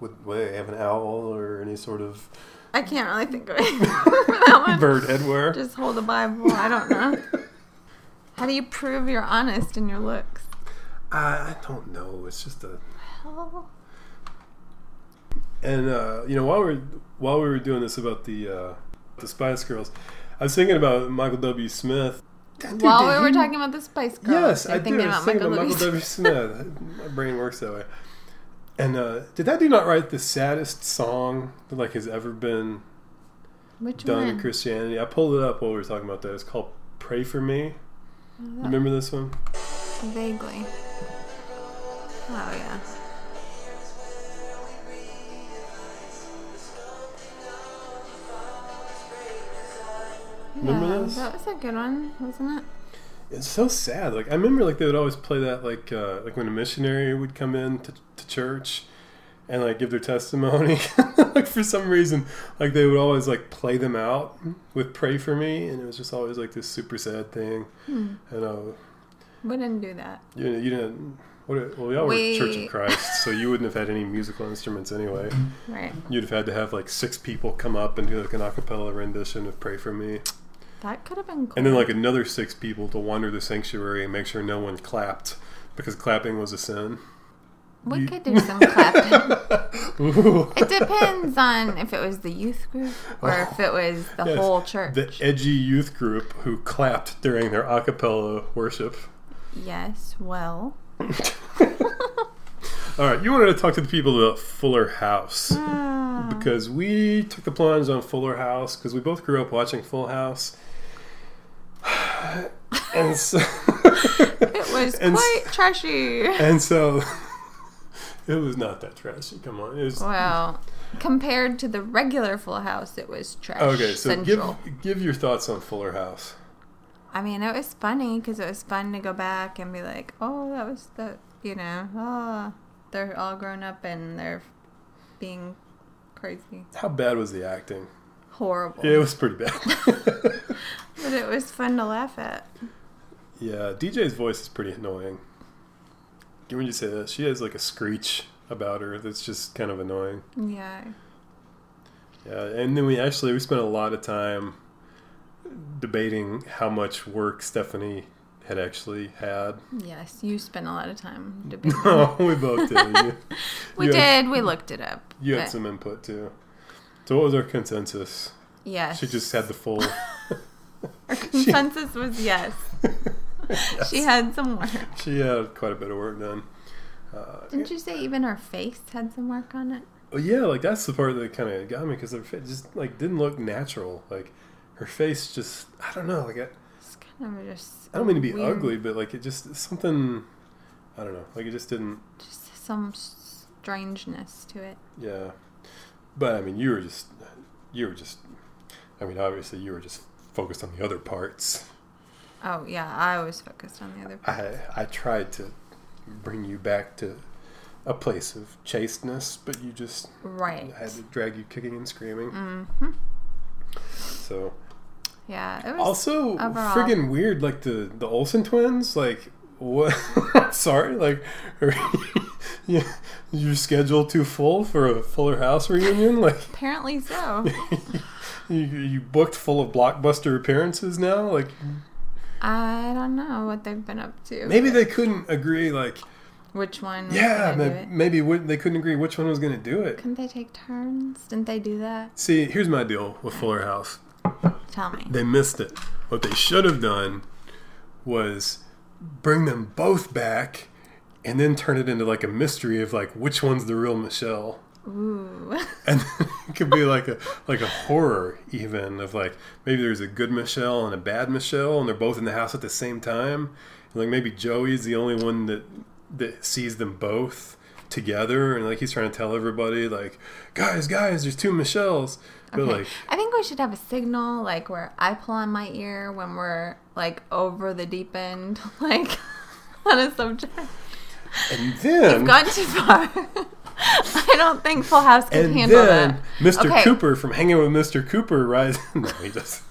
Speaker 1: Would, would they have an owl or any sort of
Speaker 2: I can't really think of it for that one.
Speaker 1: bird headwear?
Speaker 2: Just hold the Bible. I don't know. How do you prove you're honest in your looks?
Speaker 1: I, I don't know. It's just a
Speaker 2: Well,
Speaker 1: and uh, you know while we were while we were doing this about the uh, the Spice Girls, I was thinking about Michael W. Smith. That dude
Speaker 2: While
Speaker 1: did-
Speaker 2: we were
Speaker 1: he-
Speaker 2: talking about the Spice Girls,
Speaker 1: yes,
Speaker 2: you're
Speaker 1: I did. I was thinking about Michael
Speaker 2: Louis-
Speaker 1: W. Smith. My brain works that way. And uh, did that dude not write the saddest song that like has ever been
Speaker 2: Which
Speaker 1: done in
Speaker 2: one?
Speaker 1: Christianity? I pulled it up while we were talking about that. It's called "Pray for Me."
Speaker 2: Oh, that-
Speaker 1: Remember this one?
Speaker 2: Vaguely. Oh yeah.
Speaker 1: Remember
Speaker 2: yeah,
Speaker 1: this?
Speaker 2: That was a good one, wasn't it?
Speaker 1: It's so sad. Like I remember, like they would always play that, like uh, like when a missionary would come in to, to church, and like give their testimony. like for some reason, like they would always like play them out with "Pray for Me," and it was just always like this super sad thing.
Speaker 2: Hmm.
Speaker 1: And uh,
Speaker 2: We didn't do that.
Speaker 1: you you didn't. What, well, y'all were Church of
Speaker 2: We-
Speaker 1: Christ, so you wouldn't have had any musical instruments anyway.
Speaker 2: Right.
Speaker 1: You'd have had to have like six people come up and do like an a cappella rendition of "Pray for Me,"
Speaker 2: That could have been cool.
Speaker 1: and then like another six people to wander the sanctuary and make sure no one clapped because clapping was a sin.
Speaker 2: we
Speaker 1: you-
Speaker 2: could do some clapping.
Speaker 1: Ooh.
Speaker 2: It depends on if it was the youth group or if it was the
Speaker 1: Yes,
Speaker 2: whole church.
Speaker 1: The edgy youth group who clapped during their a cappella worship.
Speaker 2: yes, well.
Speaker 1: All right, you wanted to talk to the people about Fuller
Speaker 2: Hmm.
Speaker 1: House
Speaker 2: Ah,
Speaker 1: because we took the plunge on Fuller House because we both grew up watching Full House. and so
Speaker 2: It was
Speaker 1: And s-
Speaker 2: quite trashy.
Speaker 1: and so It was not that trashy. Come on, it was
Speaker 2: Well, compared to the regular Full House, it was trash.
Speaker 1: okay. So
Speaker 2: central.
Speaker 1: give give your thoughts on Fuller House.
Speaker 2: I mean, it was funny because it was fun to go back and be like, oh, that was the, you know, oh, they're all grown up and they're being crazy,
Speaker 1: How bad was the acting?
Speaker 2: horrible.
Speaker 1: Yeah, it was pretty bad.
Speaker 2: But it was fun to laugh at.
Speaker 1: yeah, DJ's voice is pretty annoying. Can we just say that she has like a screech about her that's just kind of annoying.
Speaker 2: Yeah.
Speaker 1: Yeah, and then we actually we spent a lot of time debating how much work Stephanie had actually had.
Speaker 2: Yes, you spent a lot of time debating.
Speaker 1: Oh, we both did. You,
Speaker 2: we
Speaker 1: you Had,
Speaker 2: did. we looked it up.
Speaker 1: you had
Speaker 2: but-
Speaker 1: some input too. So what was our consensus?
Speaker 2: Yes.
Speaker 1: She just had the full.
Speaker 2: Our consensus was yes. She had some work.
Speaker 1: She had quite a bit of work done. Uh,
Speaker 2: Didn't you say even her face had some work on it?
Speaker 1: Well, yeah, like that's the part that kind of got me because her face just like didn't look natural. Like her face just, I don't know. Like I,
Speaker 2: It's kind of just.
Speaker 1: I don't mean to be
Speaker 2: weird-
Speaker 1: ugly, but like it just something. I don't know. Like it just didn't.
Speaker 2: Just some strangeness to it.
Speaker 1: Yeah, but I mean, you were just, you were just. I mean, obviously, you were just focused on the other parts.
Speaker 2: Oh yeah, I was focused on the other. part.
Speaker 1: I I tried to bring you back to a place of chasteness, but you just
Speaker 2: Right.
Speaker 1: I had to drag you kicking and screaming.
Speaker 2: Mm-hmm.
Speaker 1: So
Speaker 2: Yeah, it was.
Speaker 1: also
Speaker 2: overall-
Speaker 1: friggin' weird, like the the Olsen twins, like. What? Sorry, like, are you, your schedule too full for a Fuller House reunion? Like,
Speaker 2: apparently so.
Speaker 1: you, you booked full of blockbuster appearances now like
Speaker 2: I don't know what they've been up to.
Speaker 1: maybe they couldn't agree like
Speaker 2: Which one? was
Speaker 1: yeah
Speaker 2: gonna do
Speaker 1: maybe,
Speaker 2: it?
Speaker 1: maybe would- they couldn't agree which one was going to do it
Speaker 2: Couldn't they take turns? Didn't they do that?
Speaker 1: see here's my deal with fuller house
Speaker 2: Tell me.
Speaker 1: they missed it what they should have done was bring them both back and then turn it into like a mystery of like which one's the real michelle
Speaker 2: Ooh.
Speaker 1: and it could be like a like a horror even of like maybe there's a good Michelle and a bad Michelle and they're both in the house at the same time and like maybe Joey's the only one that that sees them both together and like he's trying to tell everybody like guys guys there's two Michelles but
Speaker 2: Okay.
Speaker 1: like
Speaker 2: I think we should have a signal like where I pull on my ear when we're like over the deep end, like on a subject.
Speaker 1: and then
Speaker 2: Gone too far. I don't think Full House can
Speaker 1: and
Speaker 2: handle
Speaker 1: then Mr.
Speaker 2: Okay.
Speaker 1: Cooper from Hanging with Mr. Cooper rises. no, he doesn't.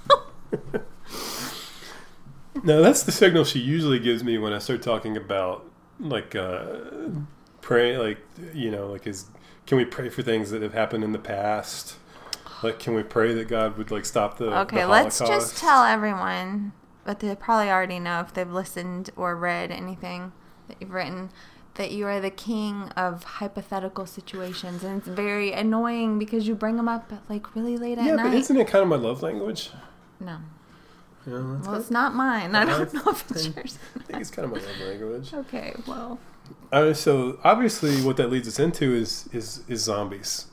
Speaker 1: no, that's the signal she usually gives me when I start talking about like uh, pray, like you know, like is can we pray for things that have happened in the past? Like, can we pray that God would like stop the
Speaker 2: that. Okay,
Speaker 1: the
Speaker 2: let's
Speaker 1: Holocaust?
Speaker 2: just tell everyone, but they probably already know if they've listened or read anything that you've written. That you are the king of hypothetical situations, and it's very annoying because you bring them up like really late at
Speaker 1: Yeah,
Speaker 2: night.
Speaker 1: but isn't it kind of my love language?
Speaker 2: no,
Speaker 1: Yeah, that's
Speaker 2: well, it's not mine. I don't know if it's
Speaker 1: Okay.
Speaker 2: yours.
Speaker 1: I think it's kind of my love language.
Speaker 2: Okay, well,
Speaker 1: Uh, so obviously, what that leads us into is is is zombies.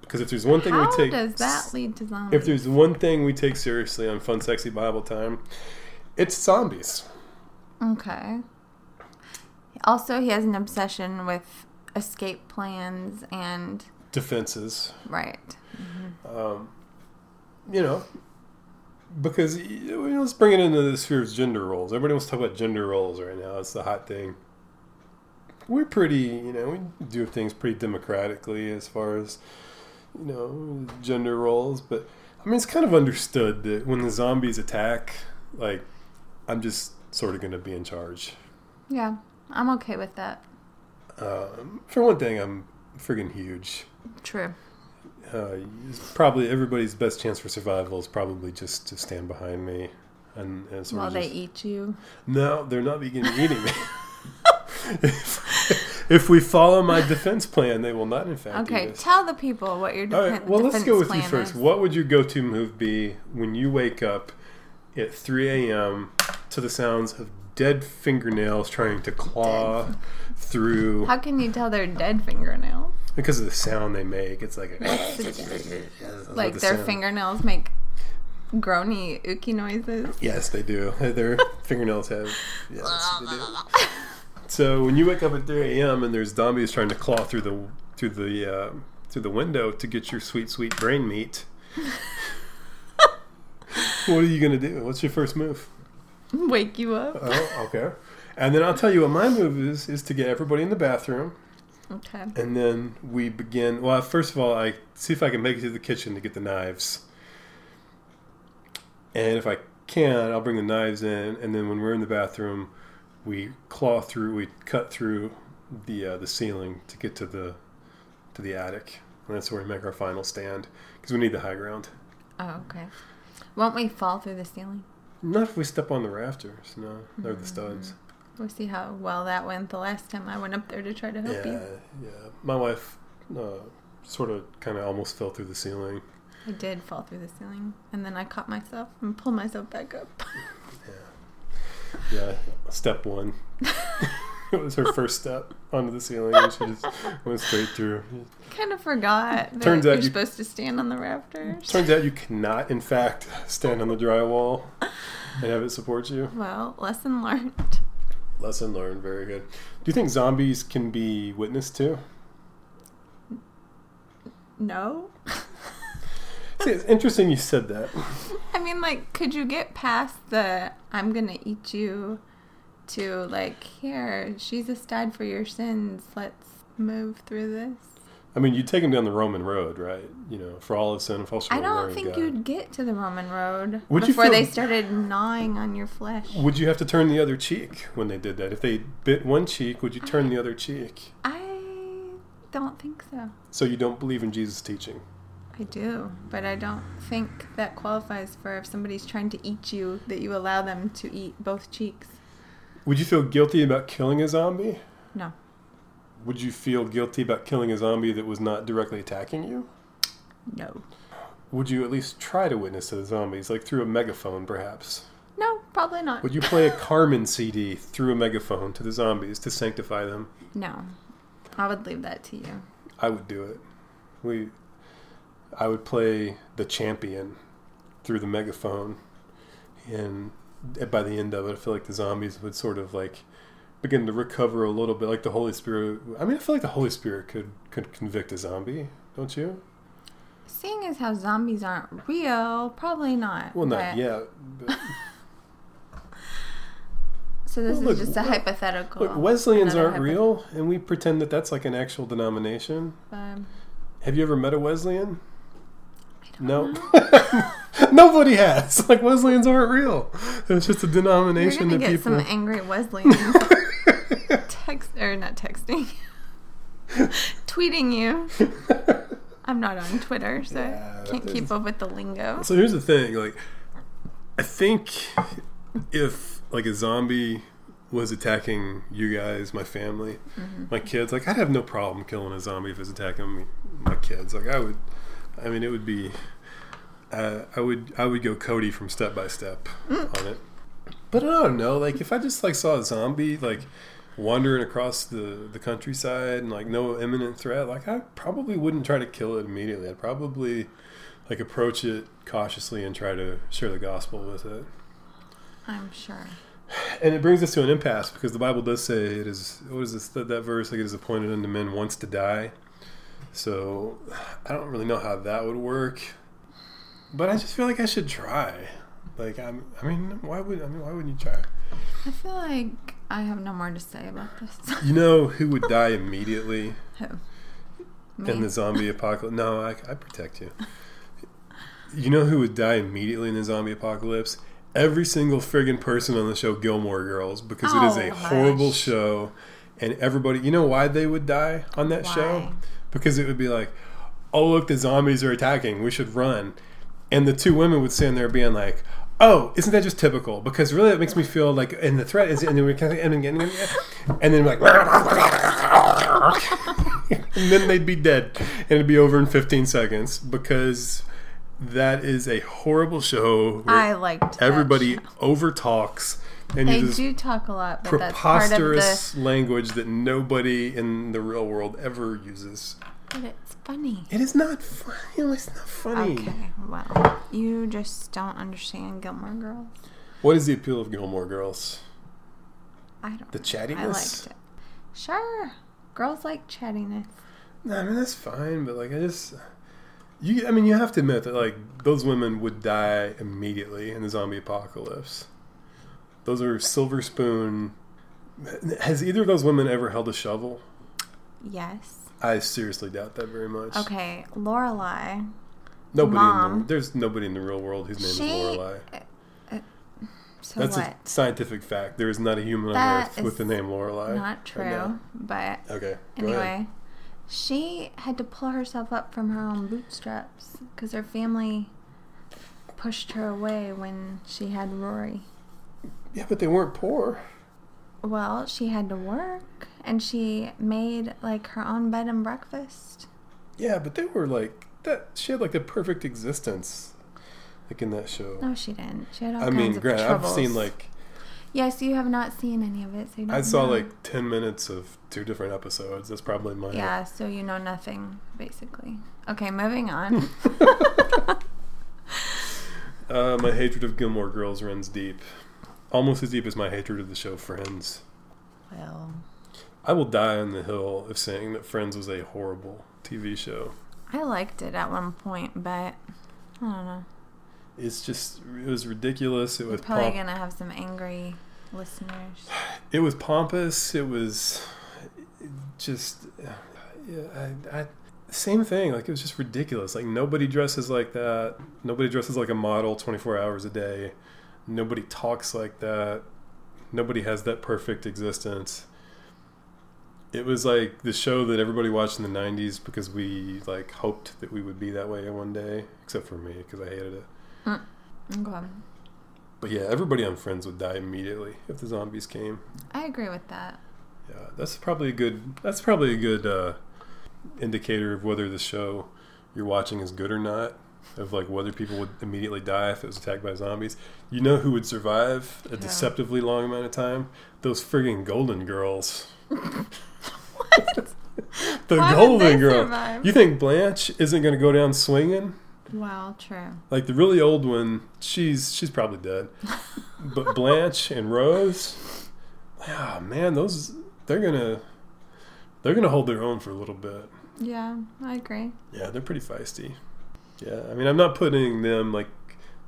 Speaker 1: Because if there's one thing
Speaker 2: how
Speaker 1: we take,
Speaker 2: does that lead to zombies?
Speaker 1: if there's one thing we take seriously on Fun Sexy Bible Time, it's zombies.
Speaker 2: okay. Also, he has an obsession with escape plans and
Speaker 1: Defenses,
Speaker 2: right.
Speaker 1: Um, you know, because y- y- let's bring it into the sphere of gender roles. Everybody wants to talk about gender roles right now. It's the hot thing. We're pretty, you know, we do things pretty democratically as far as you know gender roles, but I mean it's kind of understood that when the zombies attack, like I'm just sort of going to be in charge.
Speaker 2: Yeah, I'm okay with that.
Speaker 1: Um, for one thing, I'm friggin' huge.
Speaker 2: True.
Speaker 1: uh, it's probably everybody's best chance for survival is probably just to stand behind me and, and sort
Speaker 2: While
Speaker 1: of
Speaker 2: they
Speaker 1: just-
Speaker 2: eat you,
Speaker 1: no they're not beginning eating me if, if we follow my defense plan they will not in fact eat
Speaker 2: okay.
Speaker 1: us.
Speaker 2: Tell the people what your
Speaker 1: all
Speaker 2: defen-
Speaker 1: right well let's
Speaker 2: defense
Speaker 1: go with you
Speaker 2: plan
Speaker 1: first
Speaker 2: is.
Speaker 1: what would your go-to move be when you wake up at 3 a.m to the sounds of dead fingernails trying to claw through
Speaker 2: How can you tell they're dead fingernails?
Speaker 1: because of the sound they make it's like a,
Speaker 2: Like
Speaker 1: the
Speaker 2: their
Speaker 1: sound.
Speaker 2: fingernails make groany, ooky noises.
Speaker 1: Yes, they do. Their fingernails have. Yes, they do. So when you wake up at 3 a.m. and there's zombies trying to claw through the through the uh, through the window to get your sweet sweet brain meat, what are you gonna do? What's your first move?
Speaker 2: Wake you up.
Speaker 1: Oh, okay. And then I'll tell you what my move is: is to get everybody in the bathroom,
Speaker 2: Okay.
Speaker 1: and then we begin. Well, first of all, I see if I can make it to the kitchen to get the knives, and if I can, I'll bring the knives in. And then when we're in the bathroom, we claw through, we cut through the uh, the ceiling to get to the to the attic, and that's where we make our final stand because we need the high ground.
Speaker 2: Oh, okay. Won't we fall through the ceiling?
Speaker 1: Not if we step on the rafters, no, or the studs.
Speaker 2: We'll see how well that went the last time I went up there to try to help
Speaker 1: Yeah,
Speaker 2: Mm-hmm. you.
Speaker 1: yeah. My wife uh, sort of kind of almost fell through the ceiling.
Speaker 2: I did fall through the ceiling, and then I caught myself and pulled myself back up.
Speaker 1: Yeah, step one. it was her first step onto the ceiling, and she just went straight through.
Speaker 2: kind of forgot. That
Speaker 1: Turns out
Speaker 2: you're
Speaker 1: you-
Speaker 2: supposed to stand on the rafters.
Speaker 1: Turns out you cannot, in fact, stand on the drywall and have it support you.
Speaker 2: well, lesson learned.
Speaker 1: Lesson learned. Very good. Do you think zombies can be witnessed to?
Speaker 2: No.
Speaker 1: See, it's interesting you said that.
Speaker 2: I mean, like, could you get past the "I'm gonna eat you" to like, here, Jesus died for your sins. Let's move through this.
Speaker 1: I mean, you take them down the Roman road, right? You know, for all of sin and fall short
Speaker 2: I
Speaker 1: of the
Speaker 2: don't
Speaker 1: glory of
Speaker 2: think
Speaker 1: God.
Speaker 2: you'd get to the Roman road
Speaker 1: Would you
Speaker 2: before
Speaker 1: feel-
Speaker 2: they started gnawing on your flesh.
Speaker 1: Would you have to turn the other cheek when they did that? If they bit one cheek, would you turn the other cheek?
Speaker 2: I don't think so.
Speaker 1: So you don't believe in Jesus' teaching.
Speaker 2: I do, but I don't think that qualifies for if somebody's trying to eat you that you allow them to eat both cheeks.
Speaker 1: Would you feel guilty about killing a zombie?
Speaker 2: No.
Speaker 1: Would you feel guilty about killing a zombie that was not directly attacking you?
Speaker 2: No.
Speaker 1: Would you at least try to witness to the zombies, like through a megaphone, perhaps?
Speaker 2: No, probably not.
Speaker 1: Would you play a Carmen CD through a megaphone to the zombies to sanctify them?
Speaker 2: No. I would leave that to you.
Speaker 1: I would do it. We, I would play the champion through the megaphone, and by the end of it, I feel like the zombies would sort of like begin to recover a little bit, like the Holy Spirit. I mean, I feel like the Holy Spirit could could convict a zombie, don't you?
Speaker 2: Seeing as how zombies aren't real, probably not.
Speaker 1: Well, not
Speaker 2: but-
Speaker 1: yet. But
Speaker 2: So this
Speaker 1: Well,
Speaker 2: is
Speaker 1: look,
Speaker 2: just a
Speaker 1: we-
Speaker 2: hypothetical.
Speaker 1: look, Wesleyans
Speaker 2: another
Speaker 1: aren't
Speaker 2: hypo-
Speaker 1: real, and we pretend that that's like an actual denomination.
Speaker 2: Um,
Speaker 1: Have you ever met a Wesleyan?
Speaker 2: I don't
Speaker 1: No. Nobody has. Like Wesleyans aren't real. It's just a
Speaker 2: You're
Speaker 1: denomination that
Speaker 2: gonna get
Speaker 1: people.
Speaker 2: some angry Wesleyans text or not texting, tweeting you. I'm not on Twitter, so
Speaker 1: Yeah,
Speaker 2: I can't
Speaker 1: that is-
Speaker 2: keep up with the lingo.
Speaker 1: So here's the thing, like I think if like a zombie was attacking you guys, my family, my kids, like I'd have no problem killing a zombie if it's attacking me, my kids. Like I would I mean it would be uh, I would I would go Cody from step by step on it. But I don't know, like if I just like saw a zombie like wandering across the, the countryside and like no imminent threat, like I probably wouldn't try to kill it immediately. I'd probably like approach it cautiously and try to share the gospel with it.
Speaker 2: I'm sure.
Speaker 1: And it brings us to an impasse because the Bible does say it is what is this that, that verse like it is appointed unto men once to die. So I don't really know how that would work, but I just feel like I should try. Like I'm, I mean, why would I mean why wouldn't you try?
Speaker 2: I feel like I have no more to say about this.
Speaker 1: You know who would die immediately
Speaker 2: Who? Me.
Speaker 1: in the zombie apocalypse? No, I, I protect you. You know who would die immediately in the zombie apocalypse? Every single friggin' person on the show Gilmore Girls because it is a
Speaker 2: Oh,
Speaker 1: horrible
Speaker 2: hush.
Speaker 1: show, and everybody. You know why they would die on that show?
Speaker 2: Why?
Speaker 1: Because it would be like, oh look, the zombies are attacking. We should run. And the two women would stand there being like. Oh, isn't that just typical? Because really, it makes me feel like, and the threat is, and then we kind of, and then, and then like, and then they'd be dead, and it'd be over in 15 seconds because that is a horrible show. where
Speaker 2: I liked that
Speaker 1: everybody
Speaker 2: show.
Speaker 1: over talks and
Speaker 2: They
Speaker 1: uses
Speaker 2: do talk a lot, but that's part of
Speaker 1: preposterous
Speaker 2: the.
Speaker 1: language that nobody in the real world ever uses.
Speaker 2: But it's funny.
Speaker 1: It is not funny. It's not funny.
Speaker 2: Okay, well, you just don't understand Gilmore Girls.
Speaker 1: What is the appeal of Gilmore Girls?
Speaker 2: I don't.
Speaker 1: The
Speaker 2: I
Speaker 1: chattiness.
Speaker 2: liked it. Sure. Girls like chattiness.
Speaker 1: No, I mean that's fine, but like I just you I mean you have to admit that like those women would die immediately in the zombie apocalypse. Those are silver spoon. Has either of those women ever held a shovel?
Speaker 2: Yes.
Speaker 1: I seriously doubt that very much.
Speaker 2: Okay, Lorelai.
Speaker 1: Nobody in
Speaker 2: Mom.
Speaker 1: the, there's nobody in the real world whose name
Speaker 2: She-
Speaker 1: is Lorelai.
Speaker 2: So
Speaker 1: That's
Speaker 2: what?
Speaker 1: a scientific fact. There is not a human on
Speaker 2: That
Speaker 1: earth with
Speaker 2: is
Speaker 1: the name Lorelai.
Speaker 2: Not true,
Speaker 1: right now.
Speaker 2: but
Speaker 1: okay. Go ahead.
Speaker 2: anyway, she had to pull herself up from her own bootstraps because her family pushed her away when she had Rory.
Speaker 1: Yeah, but they weren't poor.
Speaker 2: Well, she had to work and she made like her own bed and breakfast.
Speaker 1: Yeah, but they were like that. She had like the perfect existence, like in that show.
Speaker 2: No, she didn't. She had all
Speaker 1: I
Speaker 2: Oh, kinds
Speaker 1: mean,
Speaker 2: of
Speaker 1: granted, I've
Speaker 2: troubles.
Speaker 1: seen like
Speaker 2: Yes, you have not seen any of it, so you don't
Speaker 1: I saw
Speaker 2: know.
Speaker 1: like ten minutes of two different episodes. That's probably my
Speaker 2: Yeah, so you know nothing, basically. Okay, moving on.
Speaker 1: Uh, my hatred of Gilmore Girls runs deep, almost as deep as my hatred of the show Friends.
Speaker 2: well,
Speaker 1: I will die on the hill of saying that Friends was a horrible TV show.
Speaker 2: I liked it at one point, but I don't know.
Speaker 1: It's just it was ridiculous. It
Speaker 2: You're
Speaker 1: was
Speaker 2: probably
Speaker 1: pomp-
Speaker 2: gonna have some angry listeners.
Speaker 1: it was pompous. It was it just yeah, I, I, same thing. Like it was just ridiculous. Like nobody dresses like that. Nobody dresses like a model twenty four hours a day. Nobody talks like that. Nobody has that perfect existence. It was like the show that everybody watched in the '90s because we like hoped that we would be that way one day, except for me because I hated it.
Speaker 2: Okay.
Speaker 1: But yeah, everybody on Friends would die immediately if the zombies came.
Speaker 2: I agree with that.
Speaker 1: Yeah, that's probably a good. That's probably a good uh, indicator of whether the show you're watching is good or not. Of like whether people would immediately die if it was attacked by zombies. You know who would survive a
Speaker 2: Yeah.
Speaker 1: deceptively long amount of time? Those friggin' Golden Girls. what? the
Speaker 2: Why would
Speaker 1: Golden
Speaker 2: they
Speaker 1: Girl.
Speaker 2: survive?
Speaker 1: You think Blanche isn't going to go down swinging?
Speaker 2: Wow, true.
Speaker 1: Like the really old one, she's she's probably dead. But Blanche and Rose, ah man, those they're gonna they're gonna hold their own for a little bit.
Speaker 2: Yeah, I agree.
Speaker 1: Yeah, they're pretty feisty. Yeah, I mean, I'm not putting them like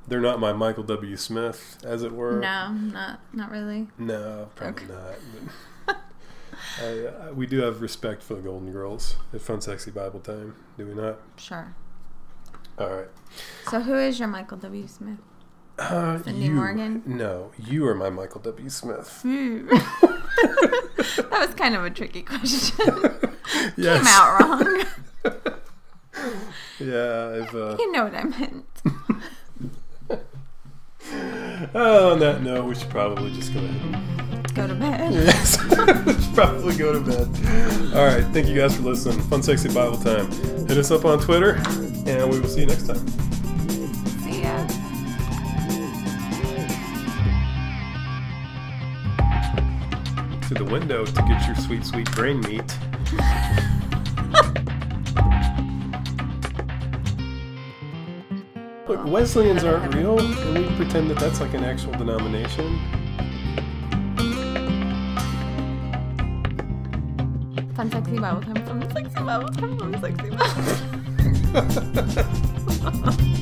Speaker 1: they're not my Michael W. Smith, as it were.
Speaker 2: No, not not really.
Speaker 1: no, probably
Speaker 2: Okay.
Speaker 1: not. but I, I, we do have respect for the Golden Girls at Fun Sexy Bible Time, do we not?
Speaker 2: Sure.
Speaker 1: All right.
Speaker 2: So who is your Michael W. Smith?
Speaker 1: Uh,
Speaker 2: Cindy
Speaker 1: you-
Speaker 2: Morgan?
Speaker 1: No, you are my Michael W. Smith.
Speaker 2: that was kind of a tricky question. Came out wrong.
Speaker 1: Yeah, I've, uh,
Speaker 2: you know what I meant.
Speaker 1: oh, on that note, we should probably just go ahead.
Speaker 2: Go to bed.
Speaker 1: Yes, we should probably go to bed. All right, thank you guys for listening. Fun, sexy Bible time. Hit us up on Twitter, and we will see you next time.
Speaker 2: See ya.
Speaker 1: Through the window to get your sweet, sweet brain meat. Look, Wesleyans aren't real, and we pretend that that's like an actual denomination.
Speaker 2: Fun sexy Bible time. Fun sexy Bible time. Fun sexy Bible.